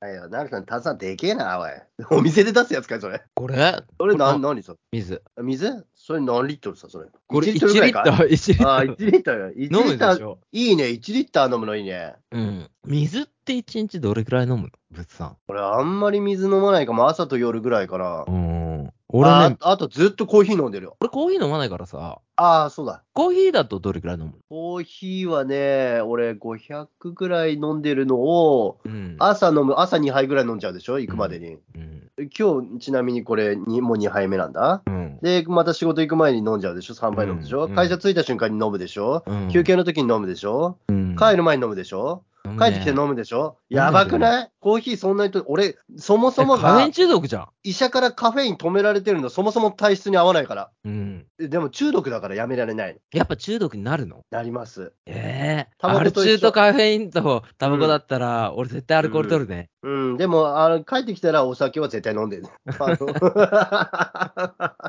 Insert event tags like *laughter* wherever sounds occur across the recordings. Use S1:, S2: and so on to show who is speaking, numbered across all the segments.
S1: はいよ、なるさん、炭酸でけえな、おい。 *laughs* お店で出すやつかい、それ。
S2: これ
S1: それ、な、
S2: こ
S1: 何それ。
S2: 水。
S1: 水それ何リットルさ、それ。
S2: これ
S1: 1
S2: 1
S1: リ
S2: リ
S1: ットルぐらい
S2: ッ
S1: か
S2: *laughs* ター、1リッタ
S1: あー、。
S2: ー
S1: 1リットル。1リ
S2: *laughs* 飲む
S1: ッタ
S2: でし
S1: ー、
S2: ょ。
S1: いいね、1リッター飲むのいいね。
S2: うん。水って1日どれくらい飲むの物産。
S1: 俺、あんまり水飲まないかも、朝と夜ぐらいかな
S2: う。ん。
S1: あ
S2: 俺ね、
S1: あとずっとコーヒー飲んでるよ。
S2: 俺コーヒー飲まないからさ、
S1: ああ、そうだ。
S2: コーヒーだとどれくらい飲む
S1: コーヒーはね、俺500ぐらい飲んでるのを、
S2: のうん。
S1: 朝飲む、朝2杯ぐらい飲んじゃうでしょ、行くまでに。
S2: うん。
S1: 今日、ちなみにこれに、もう2杯目なんだ。
S2: うん。
S1: で、また仕事行く前に飲んじゃうでしょ、3杯飲むでしょ、
S2: うん
S1: 会社着いた瞬間に飲むでしょ、
S2: うん
S1: 休憩の時に飲むでしょ、
S2: うん
S1: 帰る前に飲むでしょ、
S2: 飲むね
S1: 帰ってきて飲むでしょ、やばくないコーヒーそんなにと、俺、そもそも
S2: えカフェイ
S1: が
S2: ン中毒じゃん。
S1: 医者からカフェイン止められてるの、そもそも体質に合わないから。
S2: うん。
S1: ででも中毒だからやめられない。
S2: やっぱ中毒になるの
S1: なります。
S2: ええ
S1: タバ
S2: ア
S1: コ
S2: ル
S1: と一緒
S2: 中とカフェインとタバコだったら、俺絶対アルコール取るね。
S1: うん、でも、あの帰ってきたらお酒は絶対飲んでる。
S2: *laughs*
S1: あ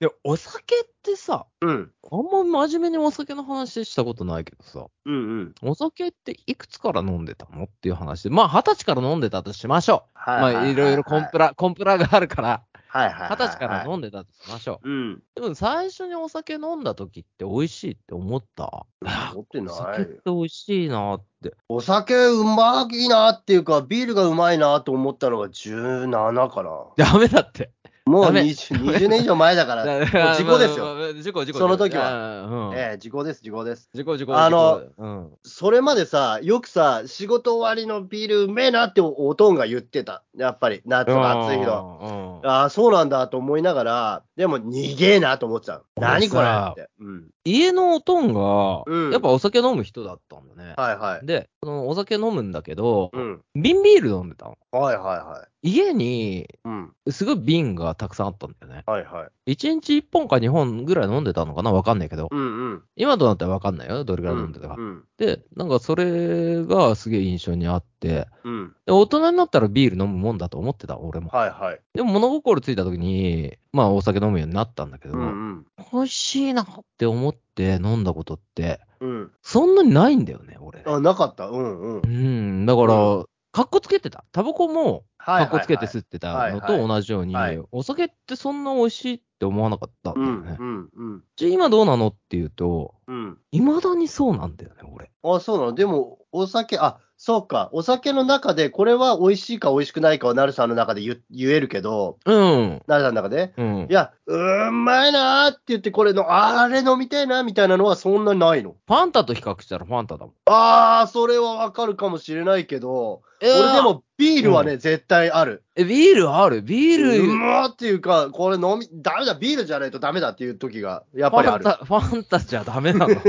S2: で、お酒ってさ、
S1: のうん、
S2: あんま真面目にお酒の話したことないけどさ、
S1: うん、うん。
S2: お酒っていくつから飲んでたのっていう話で、まあ二十歳から飲んでたとしましょう。
S1: は
S2: まあいろいろコンプラ、コンプラがあるから、
S1: はいはいはいは
S2: 二
S1: い。
S2: 十歳から飲んでたとしましょ
S1: うん。
S2: う。でも最初にお酒飲んだ時って美味しいって思った。あ
S1: 持って
S2: お
S1: な
S2: 酒っ
S1: い
S2: て。美味しいなって。
S1: お酒うまいなっていうか、ビールがうまいなと思ったのが17かな。
S2: ダメだって。
S1: もう
S2: ダメ
S1: 20, 20年以上前だ
S2: *laughs*
S1: から、え事故ですよ
S2: まあまあまあ。事故、事故。
S1: その時
S2: はうん。
S1: え時効です、時効です。
S2: 事故、事故。
S1: あの
S2: 事故、うん。
S1: それまでさ、よくさ、仕事終わりのビールうめえなっておとんが言ってた。やっぱり、夏が暑いの。
S2: の
S1: ああ、そうなんだと思いながら、でも、逃げえなと思ってたの。
S2: 俺
S1: 何
S2: さ
S1: これって。うん。
S2: 家のおとんが、
S1: うん
S2: やっぱお酒飲む人だったんだね。
S1: はいはい。
S2: で、そのお酒飲むんだけど、
S1: うん。
S2: 瓶ビール飲んでたの。
S1: はいはいはい。
S2: 家に、
S1: うん。
S2: すごい瓶がたくさんあったんだよね。
S1: はいはい。
S2: 1日1本か2本ぐらい飲んでたのかなわかんないけど。
S1: うんうん。
S2: 今となってはわかんないよ。どれぐ
S1: う
S2: らい
S1: ん
S2: 飲んでたか。
S1: うん。
S2: で、なんかそれがすげえ印象にあって、
S1: うん。
S2: で大人になったらビール飲むもんだと思ってた、俺も。
S1: はいはい。
S2: でも物心ついた時に、まあお酒飲むようになったんだけど、
S1: うんうん。
S2: 美味しいなって思って飲んだことって、
S1: うん。
S2: そんなにないんだよね、俺。
S1: あ、なかった。うんうん
S2: う。ん、だから
S1: う、
S2: かっこつけてた。タバコも、
S1: は
S2: か
S1: い
S2: っこつけて吸ってたの
S1: はいは
S2: と
S1: い
S2: 同じように、
S1: はい
S2: お酒ってそんな美味しいって思わなかったんだ
S1: う
S2: よ
S1: ん
S2: ね。
S1: うんうん
S2: じゃあ今どうなのっていうと、
S1: うん。
S2: いまだにそうなんだよね、俺。
S1: あ、そうなのでも、お酒、あ、そうか。お酒の中で、これは美味しいか美味しくないかは、なるさんの中で言言えるけど、
S2: うん。
S1: なるさんの中で、
S2: うん
S1: い、や、うーんまいなーって言って、これの、ああれ飲みたいな、みたいなのはそんなないの。
S2: ファンタと比較したらファンタだもん。
S1: ああ、それはわかるかもしれないけど、俺でもビールはね、絶対ある。
S2: え、ビールあるビール、
S1: うまーっていうか、これ飲み、ダメだ、ビールじゃないとダメだっていう時が、やっ
S2: フ
S1: ぱりあ
S2: ァン
S1: る。
S2: タ、ファンタじゃダメなの。
S1: *laughs* ダメ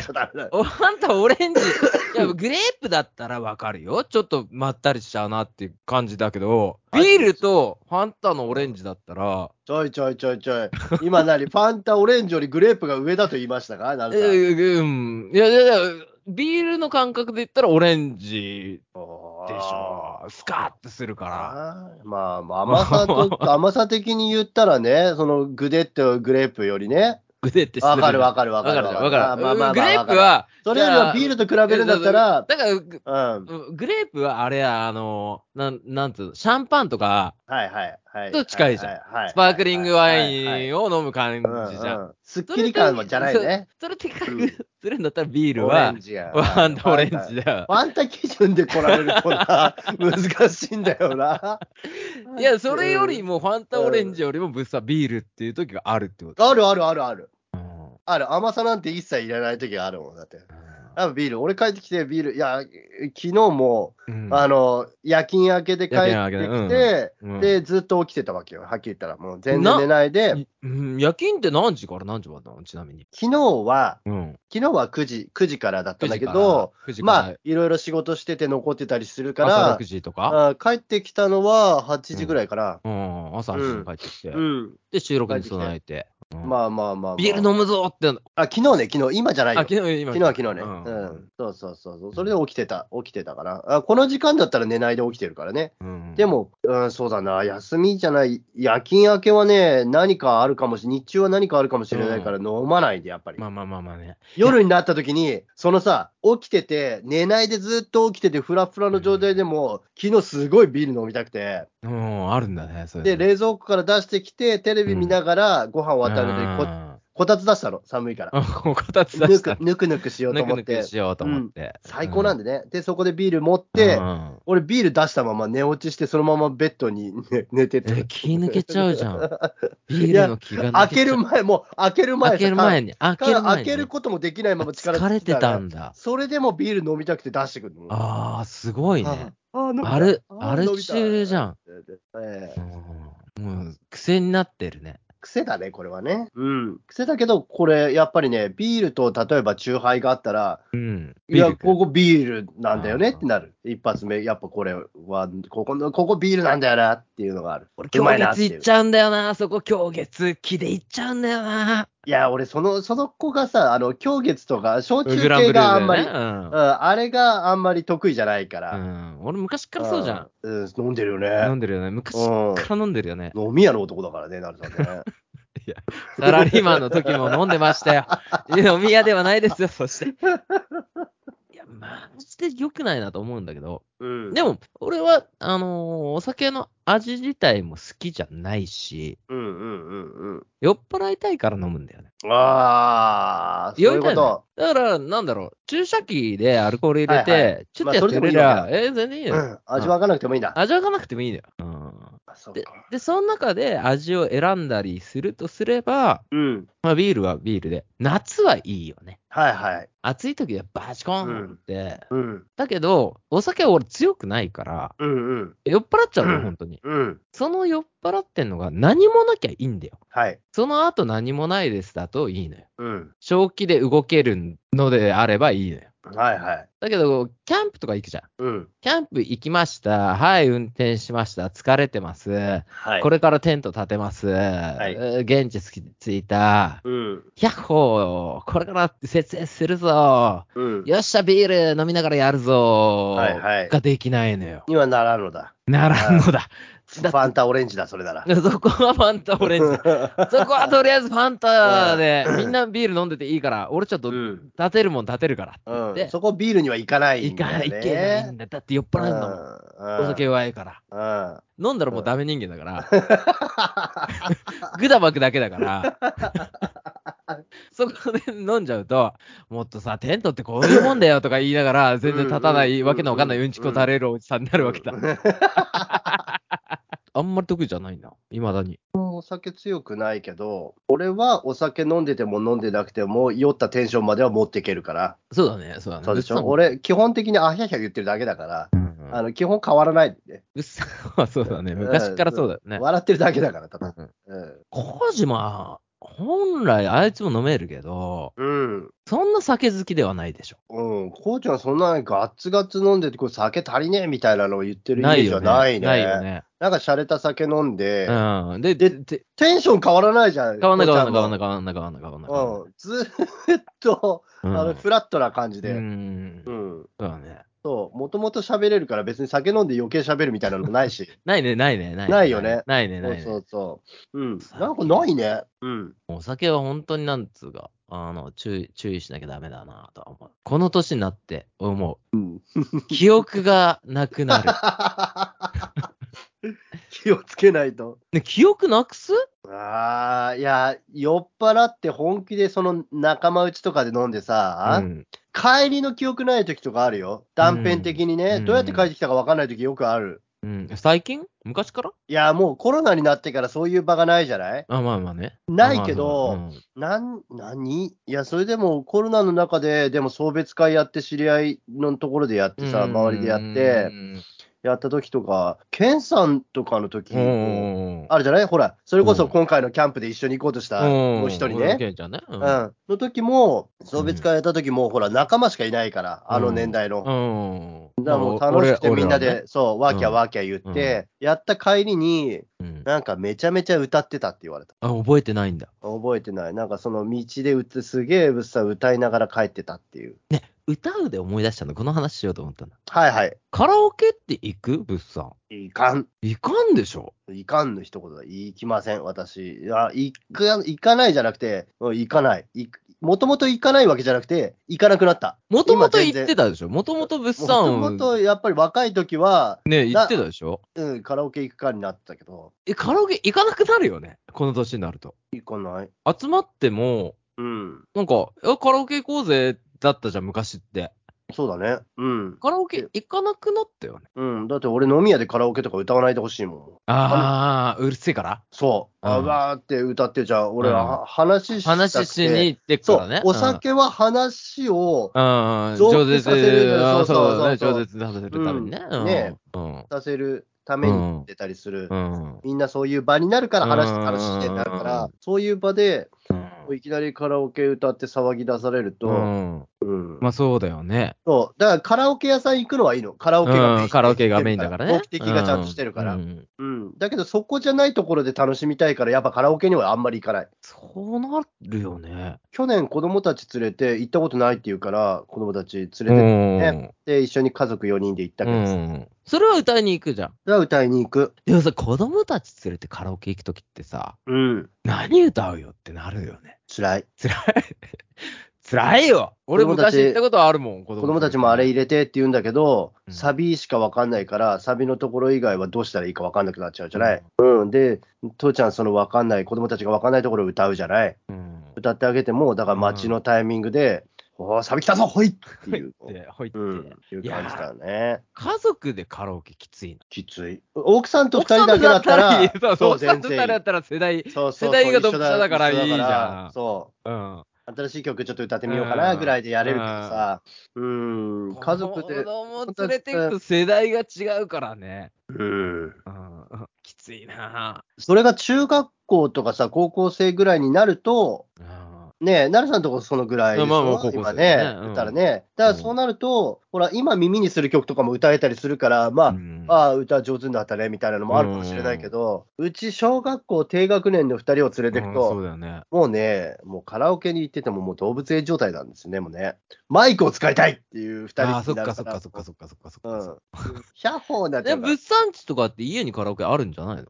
S1: だダメだ
S2: おファンタオレンジ。いや、グレープだったらわかるよ。ちょっとまったりしちゃうなっていう感じだけど、ビールとファンタのオレンジだったら、
S1: ちょいちょいちょいちょい。今何ファンタオレンジよりグレープが上だと言いましたかな
S2: え
S1: るさん
S2: ーうん。いやいやいや、ビールの感覚で言ったらオレンジでしょ。スカッてするか
S1: あーまあ、まあ、甘さ
S2: *laughs*
S1: と、甘さ的に言ったらね、そのグデッとグレープよりね。
S2: ら。グデってする。
S1: わかるわかるわ
S2: わ
S1: か
S2: か
S1: る
S2: る。わか
S1: あ
S2: る。
S1: まあまあまあ
S2: グレープ
S1: わか
S2: は、
S1: るそれよりはビールと比べるんだったら、
S2: だから、グ
S1: うん。はい
S2: グレープはあれや、あの、なん、なんつうの、シャンパンとか、
S1: はいはい。
S2: ちょっと近いじゃん
S1: はいはいはい
S2: スパークリングワイ
S1: はい
S2: ンを飲む感
S1: はい
S2: じじ
S1: う
S2: ゃ。
S1: んんうんすっきり感はじゃないね。
S2: それって比
S1: うん
S2: 較するんだったらビール
S1: オレ
S2: は
S1: ン、ジや。
S2: ファンタオレンジ
S1: で。
S2: だよ
S1: フ。ァンタ基準で来られるとな、難しいんだよな。
S2: *laughs* いや、それよりもファンタオレンジよりもぶっさビールっていう時があるってこと。
S1: あるあるあるある。
S2: うん
S1: ある。甘さなんて一切いらない時があるもんだって。やっぱビール。俺帰ってきてビール。いや、昨日も、
S2: うん
S1: あの、夜勤明けで帰って
S2: 夜勤明
S1: き
S2: けで
S1: て、
S2: うん
S1: で、ずっと起きてたわけよ。はっきり言ったら。もう全然寝ないで。
S2: いうん夜勤って何時から何時までなのちなみに。
S1: 昨日は、
S2: うん。
S1: 昨日は9時、9時からだったんだけ
S2: 9
S1: ど、
S2: 時から、9時から
S1: まあ、いろいろ仕事してて残ってたりする
S2: 朝
S1: か、
S2: 6時とから
S1: あ帰ってきたのは8時ぐらいから。
S2: うん、朝8時に帰ってきて、
S1: うん。
S2: で、収録に備えて。うん
S1: まあまあまあまあ。
S2: ビール飲むぞって。
S1: あ、昨日ね、昨日。今じゃない
S2: あ、
S1: よ
S2: 昨。日、今。
S1: 昨日は昨日ね、
S2: うん
S1: うんそうそうそうそう、それで起きてた、起きてたから、あこの時間だったら寝ないで起きてるからね、
S2: うん
S1: でも、うん、そうだな、休みじゃない、夜勤明けはね、何かあるかもし、日中は何かあるかもしれないから飲まないで、やっぱり。
S2: まあまあまあまあね。
S1: 夜になった時に、そのさ、起きてて、寝ないでずっと起きてて、フラフラの状態でも、昨日すごいビール飲みたくて、
S2: うん、あるんだね、それ。
S1: で、冷蔵庫から出してきて、テレビ見ながらご飯を渡る時にこ、
S2: あ
S1: こたつ出したの、寒いから。
S2: ーこたつ
S1: ぬ
S2: 出した
S1: く。ぬくぬくしようと
S2: ぬく
S1: 思っ
S2: ぬ
S1: て
S2: く。しようと思って。
S1: 最高なん
S2: で。
S1: でね。で、そこでビール持って、
S2: うん
S1: 俺ビール出したまま寝落ちして、そのままベッドに、ね、寝て
S2: え
S1: て。
S2: 気抜けちゃうじゃん。ビ
S1: い
S2: ール
S1: や
S2: の気が抜
S1: 開
S2: ちゃ
S1: け
S2: う
S1: る前、もう開ける前
S2: 開ける前に。開け
S1: か
S2: る
S1: ら
S2: 前に。
S1: 開けることもできないまま力
S2: 疲れてたん
S1: だ。
S2: だ。
S1: それでもビール飲みたくて出してくるの。
S2: ああ、すごいね。
S1: ああ飲みたい
S2: ある、
S1: *laughs* あ
S2: ある
S1: 飲みたい
S2: 中じゃん。
S1: ええ
S2: うんもう、癖になってるね。
S1: 癖だね、これはね。うん。癖だけど、これ、やっぱりね、ビールと例えばチューハイがあったら、
S2: うん。
S1: いや、ここビールなんだよね
S2: あ
S1: っ
S2: ー
S1: てなる。一発目、やっぱこれは、ここの、ここビールなんだよなっていうのがある。
S2: 俺、
S1: うま
S2: 今
S1: いなっ
S2: 月
S1: てい
S2: 行
S1: う
S2: っちゃうんだよな。そこ、今月、気で行っちゃうんだよな。
S1: いや、俺、その、その子がさ、あの、狂月とか、焼酎
S2: グランブ
S1: 系
S2: ルーだ
S1: があ
S2: よ
S1: んまり、
S2: ねうん
S1: うん、あれがあんまり得意じゃないか
S2: う
S1: ら。
S2: ん。俺、昔からそうじゃん。
S1: うん。うん、飲んでるよ
S2: 飲
S1: ね。
S2: んでるよね。昔か
S1: うん。
S2: ら飲んでるよね。
S1: 飲み屋の男だからね、なるさん
S2: *laughs*
S1: ね。
S2: サラリーマンの時も飲んでまし
S1: *laughs*
S2: たよ。飲み屋ではないですよ、そして。いや、マジで良くないなと思うんだけど。
S1: うん。
S2: でも、俺は、あのーお酒の味自体も好きじゃないし、
S1: うんうんうん
S2: 酔っ払いたいから飲むんだよね。
S1: うん。ああ、そう
S2: 酔
S1: い
S2: いうた
S1: こ
S2: いの
S1: と。
S2: だから、なんだろう、注射器でアルコール入れて、
S1: はい
S2: ちょっとやってくれり
S1: まあ
S2: ゃ、
S1: そ
S2: えー全然いいうよ。
S1: ん。味わかなくてもいいんだ。
S2: 味わかなくてもいいんだよ。うん。
S1: あそう
S2: で
S1: か。
S2: で、その中で味を選んだりするとすれば、
S1: うん。
S2: まあ、ビールはビールで、夏はいいよね。
S1: はいはい。
S2: 暑い時はバチコーンって、
S1: うん。
S2: だけど、お酒は俺強くないから、
S1: うんうん。
S2: 酔っ払っちゃう
S1: う
S2: の、
S1: ん
S2: 本当に。
S1: うん。
S2: その酔っ払ってんのが何もなきゃいいんだよ。
S1: はい。
S2: その後何もないですだといいのよ。
S1: うん。
S2: 正気で動けるのであればいいのよ。
S1: はいはい。
S2: だけど、キャンプとか行くじゃん。
S1: うん。
S2: キャンプ行きました。はい、運転しました。疲れてます。
S1: はい。
S2: こ
S1: れ。
S2: れからテント立てます。
S1: い
S2: 現地着いた。
S1: うん。
S2: 百歩これから設営するぞ。
S1: うん。
S2: よっしゃ、ビール飲みながらやるぞ。
S1: はいはい
S2: ができないのよ。
S1: にはならんのだ。
S2: ならんのだ。
S1: フ
S2: だ
S1: ァンタオレンジだ、それなら。
S2: そこはファンタオレン
S1: *laughs*
S2: ジ。そこはとりあえずファンタで、
S1: うん
S2: みんなビール飲んでていいから、俺ちょっと
S1: うん。
S2: 立てるもん立てるからって言っ
S1: うん、
S2: て、
S1: そこビールには行かない
S2: 行
S1: んだ
S2: か
S1: よ、
S2: な
S1: ね。
S2: い、行けないんだ。だって酔っ払うんだもん。
S1: うん。
S2: お酒弱いから。
S1: うん。うん。
S2: 飲んだらもうダメ人間だから。
S1: *laughs*
S2: ぐだばくだけだから。そこで飲んじゃうと、もっとさ、テントってこういうもんだよとか言いながら、全然立たな
S1: うんうんうん
S2: い
S1: うん
S2: わけのわかんないうんちこ垂れるおじさんになるわけだ。 *laughs* あんまり得意じゃないんだ。いまだに。
S1: お酒強くないけど、俺はお酒飲んでても飲んでなくても、酔ったテンションまでは持っていけるから。
S2: そうだね、そうだね。
S1: そうでし
S2: うっ
S1: ょ
S2: さんも
S1: 俺、基本的にあひゃひゃ言ってるだけだから、
S2: うんうん
S1: あの基本変わらない、ね
S2: うっさんはそうだね。昔からそうだよね。
S1: 笑ってるだけだから、ただ。
S2: うん
S1: うん。
S2: 小島、本来あいつも飲めるけど、
S1: うん。
S2: そんな酒好きではないでしょ。
S1: うん、こうちゃん、そんなにガッツガツ飲んでて、こう酒足りねえみたいなのを言ってるイメ
S2: な
S1: ー
S2: い
S1: ジ
S2: よ
S1: は
S2: ね。
S1: ないね。
S2: ないよね。
S1: なんか洒落た酒飲んで、
S2: うん。で、
S1: で
S2: で、
S1: テンション変わらないじゃん。
S2: 変わんない変わんない変わんな
S1: い。
S2: い変わんない変わんない変わんない。
S1: うん、ずーっと、あ
S2: うん
S1: のフラットな感じ
S2: う
S1: で、
S2: ん
S1: う。ん、
S2: そうだね。
S1: そう、もともと喋れるから、別に酒飲んで余計喋るみたいなのもないし、
S2: ないね、ないね、ないね。
S1: ないよね
S2: ないね、
S1: そ
S2: *laughs* ないうね。
S1: そうそう、うん、なんかないね、うん、
S2: お酒は本当になんつうか、あの、注意、注意しなきゃダメだなとは思う。この年になって思う。 *laughs* 記憶がなく
S1: *laughs*
S2: なる。
S1: 気をつけないと。
S2: ね、記憶なくす
S1: ああ、いや、酔っ払って本気でその仲間内とかで飲んでさ、
S2: うん
S1: 帰りの記憶ない時とかあるよ、断片的にね、
S2: うん
S1: どうやって帰ってきたか分かんない時よくある。
S2: うん。最近昔から
S1: いや、もうコロナになってからそういう場がないじゃない
S2: あ、まあまあね。
S1: ないけ
S2: まあ
S1: ど、
S2: まあまあうん
S1: なん、何いや、それでもコロナの中で、でも送別会やって、知り合いのところでやってさ、
S2: うん
S1: 周りでやっ
S2: う
S1: て、
S2: ん
S1: やった時とか、ケンさんとかの時
S2: うんうんうん。
S1: あるじゃないほら、それこ
S2: う
S1: そ
S2: ん
S1: 今回のキャンプで一緒に行こうとした、もう一人ね。
S2: ケンちゃんね。う
S1: うんん、の時も、送別会やった時も、ほら、仲間しかいないから、あの年代の。
S2: うん。
S1: だからもう楽しくてみんなで、そう、わーキャー
S2: うん
S1: わーキャー言って、やった帰りに、
S2: 俺らはねうん
S1: なんかめちゃめちゃ歌ってたって言われた。
S2: あ、覚えてないんだ。
S1: 覚えてない。なんかその道で歌すげえうっさ歌いながら帰ってたっていう。
S2: 歌うで思い出したの、この話しようと思ったの。
S1: はいはい。
S2: カラオケって行く物産。
S1: いかん。
S2: 行かんでしょ
S1: いかんの一言だ。行きません、私。いや、行く行かないじゃなくて、うん行かない。行くもともと行かないわけじゃなくて、行かなくなった。
S2: もともと行ってたでしょもともと物
S1: もと
S2: 産
S1: もとやっぱり若い時は、
S2: ね、行ってたでしょ
S1: うん、カラオケ行くかになったけど、
S2: え、カラオケ行かなくなるよね。この年になると。
S1: 行かない。
S2: 集まっても、
S1: うん。
S2: なんか、えカラオケ行こうぜ、だったじゃん、昔って。
S1: そうだね。うん。
S2: カラオケ行かなくなったよね。
S1: うん。だって俺飲み屋でカラオケとか歌わないでほしいもん。
S2: ああ、うるせえから
S1: そう。あ
S2: うん
S1: わーって歌って、じゃあ俺
S2: う
S1: は話したくて
S2: 話しに行ってく
S1: そ
S2: からね
S1: う。。お酒は話を
S2: うん、うん、
S1: 増
S2: 上
S1: 幅
S2: 舌
S1: させる
S2: あ
S1: そ
S2: ー
S1: うそう
S2: そうだね、
S1: そう
S2: 上舌させるためにね。
S1: うん
S2: うん
S1: ね
S2: うん。
S1: させるために出たりする。
S2: うん。
S1: みんなそういう場になるから話し
S2: うん
S1: 話してなるか
S2: う
S1: ら
S2: ん、
S1: そういう場で
S2: うん
S1: いきなりカラオケ歌って騒ぎ出される
S2: う
S1: と、
S2: ん。
S1: うん
S2: まあそうだよね。
S1: そうだからカラオケ屋さん行くのはいいの。カラオケがメイン、
S2: うん、カラオケがメインだからね。
S1: 目的がちゃんとしてるから。
S2: う
S1: うんん
S2: うん
S1: だけどそこじゃないところで楽しみたいから、やっぱカラオケにはあんまり行かない。
S2: そうなるよね。
S1: 去年子供たち連れて行ったことないって言うから、子供たち連れて
S2: う
S1: っ
S2: ん
S1: ねて一緒に家族4人で行った
S2: う
S1: けどさ、
S2: ん。それは歌いに行くじゃん。
S1: それは歌いに行く。
S2: でもさ、子供たち連れてカラオケ行くときってさ、
S1: うん。
S2: 何歌うよってなるよね。
S1: 辛い。
S2: 辛い。辛いよ俺
S1: 子供た
S2: 昔
S1: ち
S2: 行ったことあるもん、子
S1: 子供たちもあれ入れてって言うんだけど、
S2: うん
S1: サビしか分かんないから、サビのところ以外はどうしたらいいか分かんなくなっちゃうじゃない。
S2: う
S1: うん、で、父ちゃん、その分かんない、子供たちが分かんないところを歌うじゃない。
S2: うん。
S1: 歌ってあげても、だから街のタイミングで、おー、サビ来たぞ、ほいっていう、
S2: で、ほい *laughs* って。
S1: うん、いう感じだね。
S2: 家族でカラオケきついな。
S1: きつい。奥さんと二人だけだったら、
S2: そうそう、奥さんと
S1: 全然い
S2: 二人だっ
S1: い。
S2: たら世代、
S1: そうそうそう
S2: 世代がドンピシャだから
S1: 一緒
S2: いいじゃん
S1: そう。
S2: うん。
S1: 新しい曲ちょっと歌ってみようかなぐらいでやれるけどさ、うん、家族
S2: 子
S1: で、
S2: 供連れてくと世代が違うからね。
S1: うん。
S2: うん。きついな
S1: それが中学校とかさ、高校生ぐらいになると、
S2: うん。
S1: ねえ、なるさんとこそのぐらいでしょ、
S2: まあまあ高校
S1: 今
S2: 生
S1: ね
S2: だね、うん
S1: 言ったらね。だからそうなると、ほら、今耳にする曲とかも歌えたりするから、まあ、
S2: うん
S1: ああ、歌上手になったね、みたいなのもあるかもしれないけど、うち小学校低学年の2人を連れてく
S2: うんそ
S1: と、
S2: うだよね。
S1: もうね、もうカラオケに行っててももう動物園状態なんですよね、もうね。マイクを使いたいっていう2人に
S2: あ
S1: な
S2: あ、そ
S1: るら
S2: っかそっかそっかそっかそっかそっかそっか。
S1: うん。ヒャッホーになっちゃ
S2: え、
S1: うから
S2: 物産地とかって家にカラオケあるんじゃないの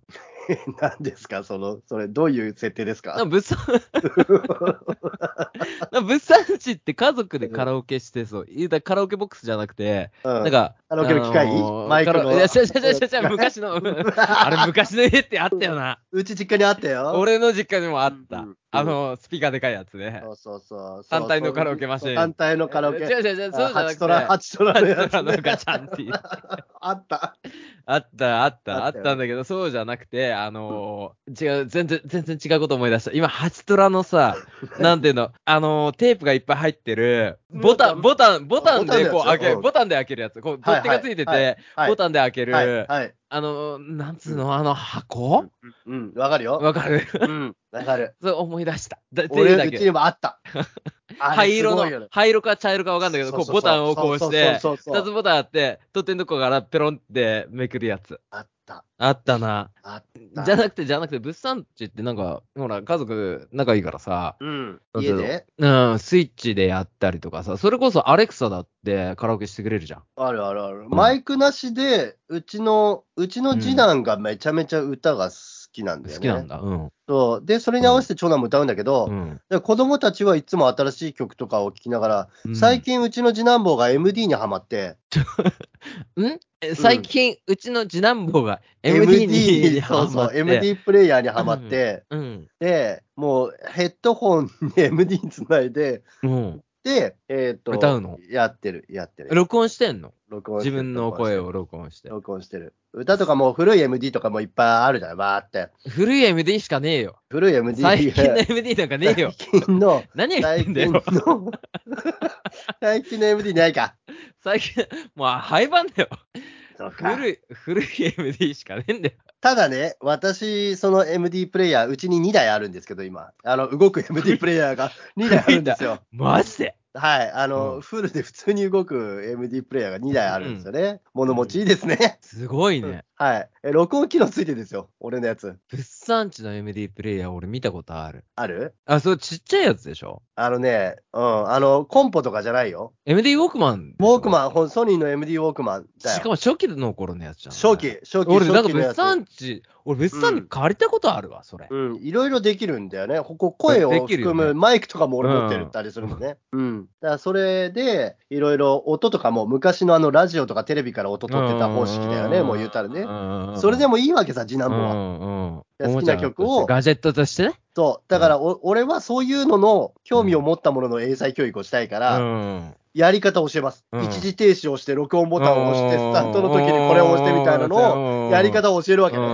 S1: 何ですか、その、それ、どういう設定です
S2: なんか
S1: か
S2: 物産、 *laughs* なんか物産地って家族でカラオケしてそう。いやだからカラオケボックスじゃなくて、
S1: うん
S2: なんか、
S1: カラオケの機械
S2: あー
S1: マイクの
S2: カラいや、違う違う違う違う、
S1: *laughs*
S2: 昔の、あれ昔の家ってあったよな。
S1: うち実家にあったよ。
S2: 俺の実家にもあった。
S1: うんうん
S2: あの、スピーカーでかいやつね。
S1: そうそうそう。
S2: 単体のカラオケマシン
S1: 単体のカラオケ。
S2: 違う違う違う、そうじゃなく
S1: 8
S2: て。
S1: トラ、8トラのやつ、
S2: あの
S1: ね。
S2: ガチャンっていう。
S1: *laughs* あった。
S2: あった、あった、
S1: あ
S2: あ
S1: っ
S2: った
S1: よ
S2: たんだけど、そうじゃなくて、あのー違う、全然、全然違うこと思い出した。今、ハチトラ
S1: *laughs*
S2: のさ、なんていうの、あのーテープがいっぱい入ってる、ボタン、ボタン、ボタン
S1: ボタンのや
S2: で
S1: つ
S2: こう開け
S1: う
S2: る、
S1: ん
S2: ボタンで開けるやつ、こう、
S1: はい
S2: 取っ手がついて
S1: はいは
S2: て、
S1: はい。
S2: *laughs* ボタンで開け
S1: は
S2: る
S1: い。、はい。
S2: あのー、なんつうの、あの箱
S1: うん、わかるよ。
S2: わかる *laughs*
S1: うん、わかる。
S2: そう思い出した。だって
S1: 俺
S2: いう
S1: の
S2: だ
S1: うち
S2: け。
S1: にもあ
S2: *laughs*
S1: った。あれ
S2: 灰色
S1: すごいよ
S2: の
S1: ね、
S2: 灰色か茶色かわかんないけど、こう
S1: そうそうそう
S2: ボタンをこうして、
S1: そうそうそう
S2: 二つボタンあって、取っ手のとこからペロンってめくるやつ。
S1: あった。
S2: あったな。
S1: あった。
S2: じゃなくて、じゃなくて、物産地ってなんか、ほら、家族仲いいからさ、
S1: うん。
S2: だけ
S1: 家
S2: ど
S1: で
S2: うん、スイッチでやったりとかさ、それこそアレクサだってカラオケしてくれるじゃん。
S1: あるあるある。マイクなしで、うちの、うちの次男がめちゃめちゃ歌が好きなんだよね。
S2: 好きなんだ。うん。
S1: そう。で、それに合わせて長男も歌うんだけど、
S2: うん
S1: で子供たちはいつも新しい曲とかを聴きながら、最、近うちの次男坊が MD にはまって、
S2: うんえ最近、うちの次男坊が MD に
S1: MD
S2: ハマ
S1: そ
S2: っ
S1: うそ
S2: て
S1: う、MD プレイヤーにはまって、
S2: うん。
S1: で、もうヘッドホンに MD つないで、
S2: うん。
S1: で、えっ、と、
S2: 歌うの
S1: やってる、やってる。
S2: 録音してんの
S1: 録音して
S2: 自
S1: る
S2: 分の声を。録音して。
S1: 録音してる。歌とかもう古い MD とかもいっぱいあるじゃん、わーって。
S2: 古い MD しかねえよ。
S1: 古い MD
S2: 最近の MD なんかねえよ。
S1: 最近
S2: *laughs*
S1: の、
S2: 何が言
S1: 最
S2: ってんだ
S1: 近
S2: よ。
S1: の、 *laughs* 最近の MD ないか。
S2: 最近、もう廃盤だよ。
S1: そうか
S2: 古い、古い MD しかねえんだよ。
S1: ただね、私、その MD プレイヤー、うちに2台あるんですけど、今、あの動く MD プレイヤーが2台あるんですよ。
S2: マジで
S1: はい、あの、
S2: うん
S1: フルで普通に動く MD プレイヤーが2台あるんですよね。物持ちいいですね。
S2: すごいね。
S1: *laughs* はい。え、録音機能ついてるんですよ。俺のやつ。
S2: 物産地の MD プレイヤー俺見たことある。
S1: ある
S2: あ、それちっちゃいやつでしょ
S1: あのね、うん、あの、コンポとかじゃないよ。
S2: ?MD ウォークマン。
S1: ウォークマン、ほんソニーの MD ウォークマンだ
S2: しか
S1: よ。
S2: も初期の頃のやつじゃん。
S1: 初期、初期、
S2: 俺、な
S1: 初
S2: んか
S1: 期の
S2: 物
S1: やつ。
S2: 産地、俺物産地借りたことあるわ、それ。
S1: うん、いろいろできるんだよね。ここ声を
S2: でできる
S1: 含
S2: よね
S1: むマイクとかも俺持ってるったりするのね。うん。だからそれで、いろいろ音とかも昔のあのラジオとかテレビから音取ってた方式だよね、もう言うたらね。それで
S2: も、
S1: もいいわけさ、次
S2: う
S1: 男
S2: ん
S1: 坊は。
S2: うんうん、
S1: 好きな曲を
S2: おもちゃとしてガジェットとしてね。
S1: そう。だからお、俺はそういうのの興味を持ったものの英才教育をしたいから、
S2: うん
S1: やり方を教えます、
S2: うん
S1: 一時停止を押して、録音ボタンを押して、
S2: うん
S1: スタントの時にこれを押してみたいなの
S2: う
S1: を、
S2: ん
S1: やり方を教えるわけ
S2: う
S1: ね。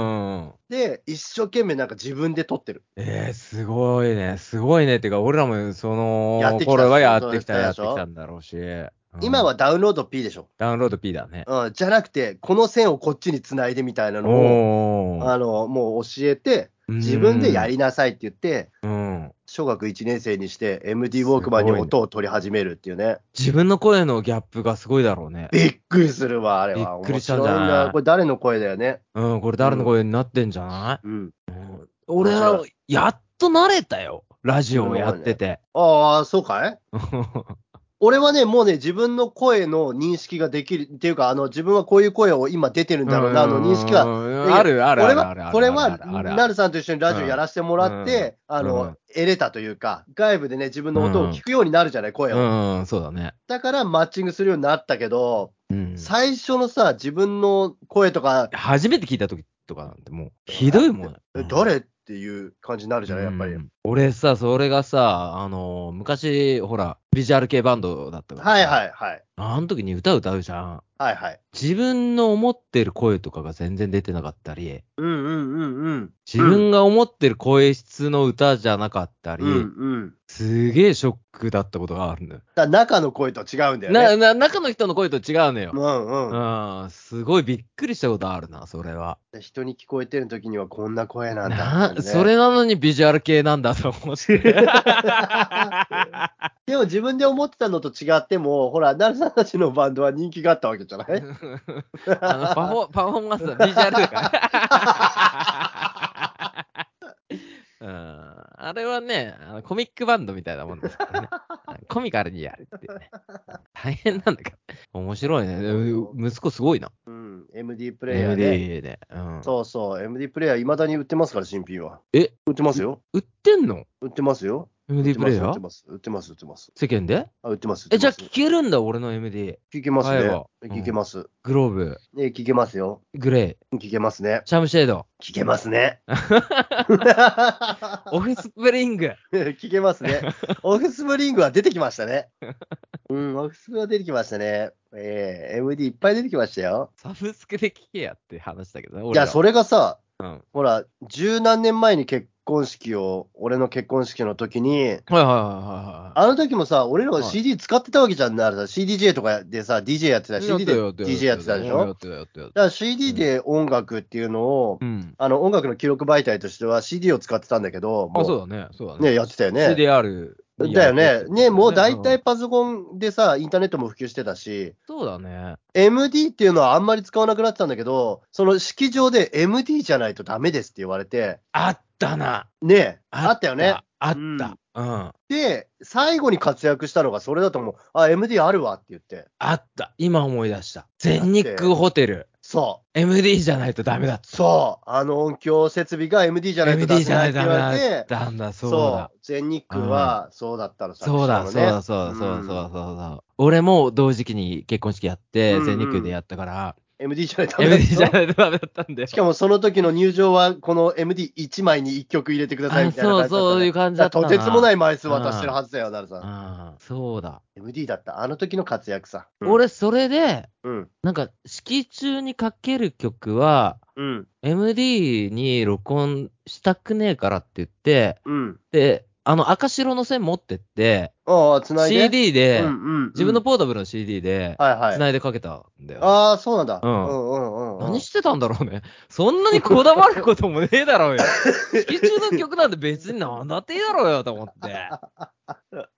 S2: ん
S1: で、一生懸命なんか自分で撮ってる。
S2: えー、すごいね、すごいね。てか、俺らもその
S1: やってきた
S2: 頃はやってき
S1: そ
S2: た、
S1: う
S2: や
S1: で
S2: っ
S1: してょ
S2: きたんだろうし。うん
S1: 今はダウンロード P でしょ。
S2: ダウンロード P だね。
S1: うん、じゃなくて、この線をこっちに繋いでみたいなのを、
S2: おー
S1: あの、もう教えて、自分でや、りなさいって言って、
S2: うん。
S1: 小学1年生にして、MD ウォークマンに音を取り始めるっていうね。
S2: 自分の声のギャップがすごいだろうね。
S1: びっくりするわ、あれは。
S2: びっくりしたんじゃない
S1: 面白いこれ誰の声だよね。
S2: うん、これ誰の声になってんじゃない、
S1: うん。
S2: 俺は、やっと慣れたよ。ラジオをやってて。
S1: ああ、そうかい俺はね、もうね、自分の声の認識ができるっていうか、あの、自分はこういう声を今出てるんだろうな、あの認識は。
S2: はあるあるあ
S1: 俺
S2: るある
S1: は
S2: あ、る。
S1: これは、
S2: ある
S1: なるさんと一緒にラジオやらせてもらって、
S2: うん
S1: あ
S2: う
S1: の
S2: ん、
S1: 得れたというか、外部でね、自分の音を聞くようになるじゃない、声を。
S2: うん、そうだね。
S1: だからマッチングするようになったけど、
S2: うん
S1: 最初のさ、自分の声とか、
S2: 初めて聞いた時とかなんてもう、ひどいもん。
S1: え誰っていう感じになるじゃない、やっぱり
S2: う。ん俺さ、それがさ、あの昔、ほら、ビジュアル系バンドだったからさ
S1: はいはいはい。
S2: あの時に歌歌うじゃん。
S1: はいはい。
S2: 自分の思ってる声とかが全然出てなかったり、
S1: うんうんうんうん。
S2: 自分が思ってる声質の歌じゃなかったり、
S1: うんうん。
S2: すげえショックだったことがあるのよ。
S1: だから中の声と違うんだよ
S2: な、
S1: ね。
S2: な、中の人の声と違うのよ。
S1: うんうん。
S2: うん、すごいびっくりしたことあるな、それは。
S1: 人に聞こえてる時にはこんな声なんだってね、
S2: な、それなのにビジュアル系なんだと思って。
S1: *laughs* でも自分で思ってたのと違っても、ほら、なるさんたちのバンドは人気があったわけじゃない
S2: あのパフォパフォーマンスだ、ビジュアルだから。 *laughs* うん、あれはねあの、コミックバンドみたいなもんですからね。 *laughs* コミカルにやるっていうね。大変なんだけど。面白いね。う息子すごいな。
S1: うん、MD プレイヤーで、
S2: MD で。うん、
S1: そうそう、MD プレイヤー、いまだに売ってますから、新品は。
S2: え
S1: 売ってますよ。
S2: 売ってんの
S1: 売ってますよ。
S2: ?MD プレイヤ
S1: 売って
S2: ー
S1: ます、売ってます、売ってます。
S2: 世間で
S1: あ売ってます。売
S2: え、
S1: ってます
S2: じゃあ聞けるんだ、俺の MD。
S1: 聞けます
S2: 買え
S1: ね
S2: ば。うん
S1: 聞けます。
S2: グローブ、
S1: ね聞けますよ。
S2: グレ
S1: 聞けますね
S2: ー、。シャムシェ
S1: *laughs*
S2: ード、
S1: 聞けますね。
S2: *laughs* オフィスプリング。
S1: 聞けますね。オフスプリングは出てきましたね。うん、オフスプは出てきましたね。ええ MD いっぱい出てきましたよ。
S2: サブスクで聞けやって話だけどね。
S1: いや、そ
S2: れ。
S1: れがさ、
S2: うん
S1: ほら、十何年前に結婚式を、俺の結婚式の時に、
S2: はいはいはいはいはい。
S1: あの時もさ、俺らは
S2: はい
S1: CD 使ってたわけじゃんならさ、CDJ とかでさ、DJ やってた、CD で DJ やってたでしょ。
S2: や
S1: だ
S2: ってたやってた。
S1: から CD で音楽っていうのを、
S2: うん。
S1: あの音楽の記録媒体としては CD を使ってたんだけど、も
S2: あ、そうだね。そうだね。
S1: ね、やってたよね。
S2: CDR に
S1: だ
S2: や
S1: よ
S2: ってた
S1: ね。ね、もう大体
S2: ん
S1: パソコンでさ、インターネットも普及してたし、
S2: そうだね。
S1: MD っていうのはあんまり使わなくなってたんだけど、その式場で MD じゃないとダメですって言われて、
S2: あったな。
S1: ね、あったよね。。
S2: あっ
S1: うん
S2: た。うん。
S1: で、最後に活躍したのがそれだと思う。あ、MD あるわって言って。
S2: あった。今思い出した。全日空ホテル。
S1: そう、
S2: MD じゃないとダメだった。
S1: そう、あの音響設備が MD じゃないとダ
S2: MD
S1: メ
S2: じゃ
S1: だ
S2: な
S1: って言われ、
S2: いとダメだってたんだ。そう
S1: そ
S2: だ。
S1: う、全日空はそうだったのさ、
S2: そうだ、
S1: 作
S2: そう
S1: 詞家のね
S2: だ、そうだ、そうだ、そうだ、
S1: ん
S2: そうだ。俺も同時期に結婚式やって、
S1: うんうん
S2: 全日空でやったから、
S1: MD じゃないとダメだ
S2: MD じゃ
S1: った
S2: ないとダメだったんだよ。
S1: しかもその時の入場は、この MD1 枚に1曲入れてください
S2: あ
S1: みたいな感じだっ
S2: そう、
S1: たね
S2: そういう感じだった。
S1: とてつもないい枚数渡してるはずだよ、なるさん。
S2: うん、そうだ。
S1: MD だった。あの時の活躍さ。
S2: 俺、それで、
S1: うん。
S2: なんか、式中にかける曲は、
S1: うん。
S2: MD に録音したくねえからって言って、
S1: うん。
S2: で、あの赤白の線持ってって、
S1: ああ、つないで。
S2: CD で、
S1: うんうんうん
S2: 自分のポータブルの CD で、
S1: はいはい。
S2: 繋いでかけたんだよ。
S1: ああ、そうなんだ。う
S2: うんん
S1: うんうんうん。
S2: 何してたんだろうね。そんなにこだわることもねえだろうよ。式中の曲なんて別になんだっていいだろうよと思って。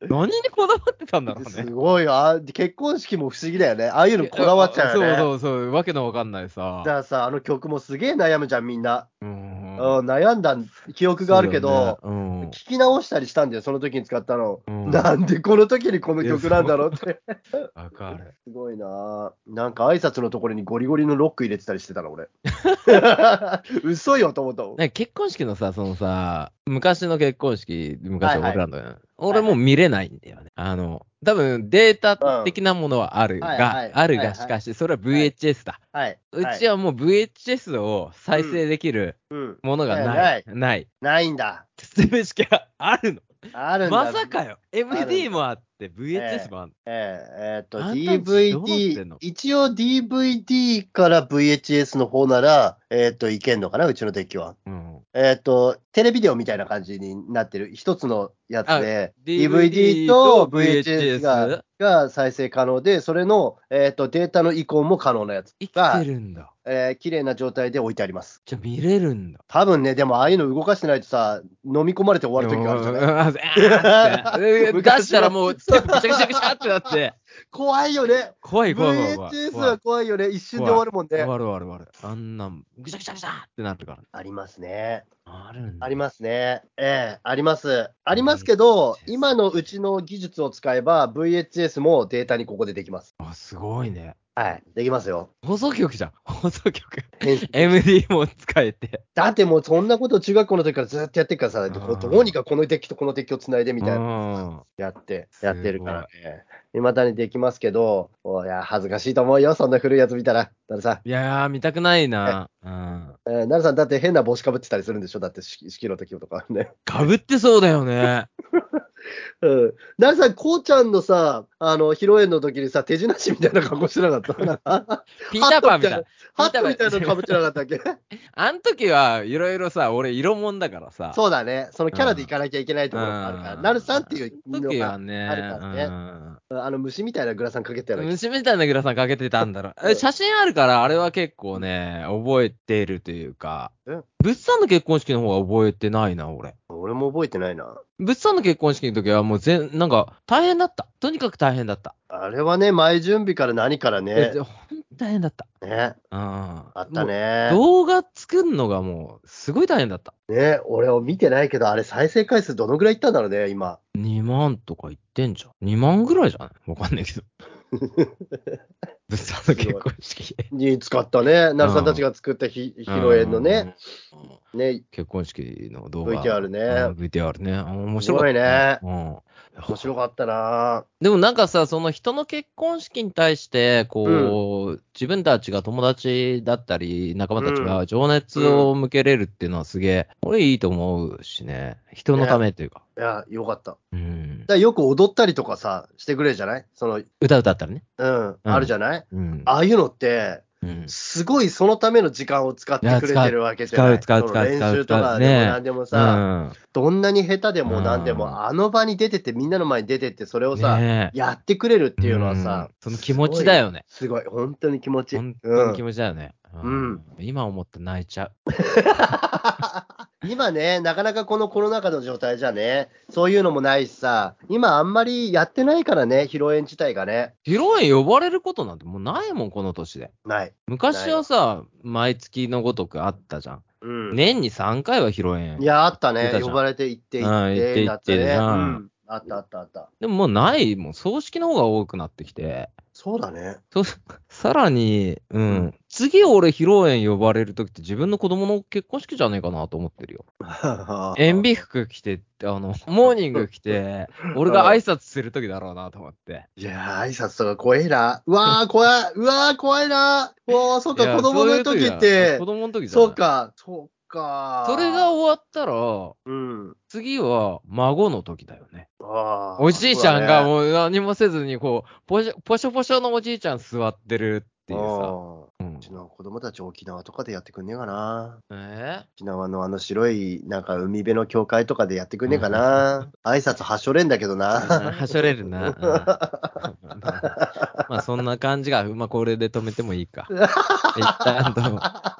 S2: 何にこだわってたんだろう
S1: す
S2: ね。
S1: ごいあ、結婚式も不思議だよね。ああいうのこだわっちゃうよね。
S2: そうそうそう、わけのわかんないさ。
S1: だからさ、あの曲もすげえ悩むじゃん、みんな。
S2: うん
S1: うん、悩んだ記憶があるけど、
S2: そうだよね
S1: 聞き直したりしたんだよ、その時に使ったの。
S2: うん
S1: なんでこの時にこの曲なんだろう
S2: *laughs*
S1: って。
S2: うん、わかる。
S1: すごいなぁなんか挨拶のところにゴリゴリのロック入れてたりしてたの、
S2: *laughs*
S1: 俺。嘘よ、と思ったもん。
S2: なんか結婚式のさ、そのさ、昔の結婚式、昔
S1: はいはい
S2: 俺らの、俺もう見れないんだよね。あの、多分データ的なものはあるが、
S1: うんはいはい
S2: ある
S1: はいは
S2: が、
S1: い
S2: しかし、それは VHS だ。
S1: はい。
S2: うち
S1: は
S2: はもう VHS を再生できる
S1: い、うん。
S2: ものがない。
S1: ない
S2: ない。
S1: ないんだ。
S2: 説明式がある
S1: ある
S2: の。
S1: んだ。
S2: まさかよ。MD もあって、VHS もあるの。
S1: えええーっと、
S2: あんたんちどうなってん
S1: DVD
S2: の、
S1: 一応 DVD から VHS の方なら、えーっと、いけんのかな、うちのデッキは。
S2: うん
S1: えーっと、テレビデオみたいな感じになってる、一つのやつで、
S2: DVD
S1: DVD
S2: と
S1: と VHS
S2: VHS
S1: がが再生可能で、それの、えーっと、データの移行も可能なやつ
S2: 生き
S1: が
S2: て、るんだ。
S1: えー、綺麗な状態で置いてあります。
S2: じゃあ見れるんだ。
S1: 多分ね、でもああいうの動かしてないとさ、飲み込まれて終わる時があるじゃない
S2: あーって出したらもう、ぐちゃぐちゃぐちゃってなって。
S1: 怖いよね。
S2: 怖い怖い怖い怖い。
S1: VHS
S2: 怖
S1: はい怖いよね。一瞬で終わるもん
S2: 終
S1: ね。
S2: わる終わる終わる。あんなん、ぐちゃぐちゃぐちゃってなるから。
S1: ありますね。
S2: あるんだ。
S1: ありますね。ええあります。ありますけど、今のうちの技術を使えば、VHS もデータにここでできます。
S2: あ、すごいね。
S1: はい。できますよ。
S2: 放送局じゃん。放送局。
S1: 編集
S2: MD も使えて。
S1: だってもうそんなことを中学校の時からずっとやってるからさ、
S2: ん
S1: こうどうにかこのデッキとこのデッキをつないでみたいな、
S2: な。
S1: やって、やってるからね。いまだにできますけど、おいや、恥ずかしいと思うよ、そんな古いやつ見たら。なるさん、
S2: いやー、見たくないな。うん。
S1: えーなるさん、だって変な帽子かぶってたりするんでしょだって式式の時とかね。
S2: かぶってそうだよね。
S1: うん。なるさん、こうちゃんのさ、あの、披露宴の時にさ、手品師みたいな格好してなかったなんか
S2: ピーターパンみたいな。
S1: ハットみたいなのかぶってなかったっ
S2: *laughs*
S1: け
S2: あん時はいろいろさ、俺色もんだからさ。
S1: そうだね。そのキャラでいかなきゃいけないところがあるから。
S2: うん
S1: なるさんっていう
S2: あん
S1: の
S2: 時は
S1: が、
S2: ね。
S1: あるからね
S2: うん
S1: あの虫みたいなグラサンかけてたような気
S2: 虫みたいなグラサンかけてたんだろ
S1: *laughs*
S2: う。え写真あるから、あれは結構ね、覚えてるというか
S1: え、
S2: 物産の結婚式の方が覚えてないな、俺。
S1: 俺も覚えてないな。
S2: 物産の結婚式の時はもう全、なんか、大変だった。とにかく大変だった。
S1: あれはね、前準備から何からね
S2: え。ほんと大変だった。
S1: ね
S2: うん。
S1: あ
S2: あ
S1: った。ね。
S2: 動画作るのがもう、すごい大変だった。
S1: ね俺を見てないけど、あれ再生回数どのぐらいいったんだろうね、今。
S2: 2万とか言ってんじゃん。2万ぐらいじゃないわかんないけ
S1: *laughs*
S2: ど。物産の結婚式。
S1: に使ったね。なるさんたちが作ったひ披露宴のね。
S2: うん。
S1: ね
S2: 結婚式の動画。
S1: VTR ね
S2: うん VTR ね。あ面白か
S1: すご
S2: っ
S1: いね。
S2: たうん。
S1: 面白かったな。
S2: でもなんかさ、その人の結婚式に対して、こう、自分たちが友達だったり、仲間たちが情熱を向けれるっていうのはすげえ、これいいと思うしね。人のためというか。
S1: いや、よかった。だか
S2: うん。
S1: らよく踊ったりとかさ、してくれるじゃないその、
S2: 歌歌ったらね。
S1: うん、あるじゃない
S2: うん。
S1: ああいうのって、
S2: うん、
S1: すごいそのための時間を使ってくれてるわけじゃない。
S2: 使う使う使う
S1: その
S2: 使う
S1: 練習とか
S2: ね
S1: でも何でもさ、どんなに下手で
S2: う
S1: も
S2: ん
S1: 何でも、あの場に出てってみんなの前に出てってそれ
S2: う
S1: を
S2: ん、
S1: さ、
S2: ねえ
S1: やってくれるっていうのはさ、
S2: うんその気持ちだよね。
S1: すごい、本当に気持ちいい。
S2: 本当に気
S1: うん
S2: 持ちだよね。
S1: うん
S2: 今思って泣いちゃう。
S1: 今ね、なかなかこのコロナ禍の状態じゃね、そういうのもないしさ、今あんまりやってないからね、披露宴自体がね。
S2: 披露宴呼ばれることなんてもうないもん、この年で。
S1: ない。
S2: 昔はさ、毎月のごとくあったじゃん。
S1: うん。
S2: 年に3回は披露宴。
S1: いや、あった
S2: 出た
S1: ね。
S2: じゃん
S1: 呼ばれて行って行っ
S2: うん行って
S1: てなって
S2: 行っ
S1: ね。
S2: て
S1: う
S2: なあ
S1: ん。あったあったあった。
S2: でももうない、もう葬式の方が多くなってきて。
S1: そうだ
S2: *laughs*
S1: ね。 *laughs*
S2: そうさらに、うん。次俺披露宴呼ばれる時って自分の子供の結婚式じゃねえかなと思ってるよ。塩ビ服着て、あ
S1: *laughs*
S2: の、モーニング着て、俺が挨拶する時だろうなと思って。
S1: いやー、挨拶とか怖いな。うわー、怖い。うわー、怖いな。うわー、そっ
S2: い
S1: か、
S2: や
S1: 子供の時っ
S2: そういう時だ
S1: て
S2: 子。供の時じゃない
S1: そう。か、そうか。
S2: それが、終わったら、
S1: うん。
S2: 次は孫の時だよね。
S1: あー
S2: おじいちゃんが
S1: そう
S2: もう何もせずに、こう、ポショポショポショのおじいちゃん座ってるっていう
S1: だね
S2: さ。
S1: あ
S2: うん
S1: ーうちの子供たち沖縄とかでやってくんねえかな。
S2: え
S1: 沖縄のあの白い、なんか海辺の教会とかでやってくんねえかな。挨拶はしょれんだけど
S2: ー、
S1: な。
S2: はしょれるな。うん *laughs* *laughs* まあそんな感じが、まあこれで止めてもいいか。一旦と。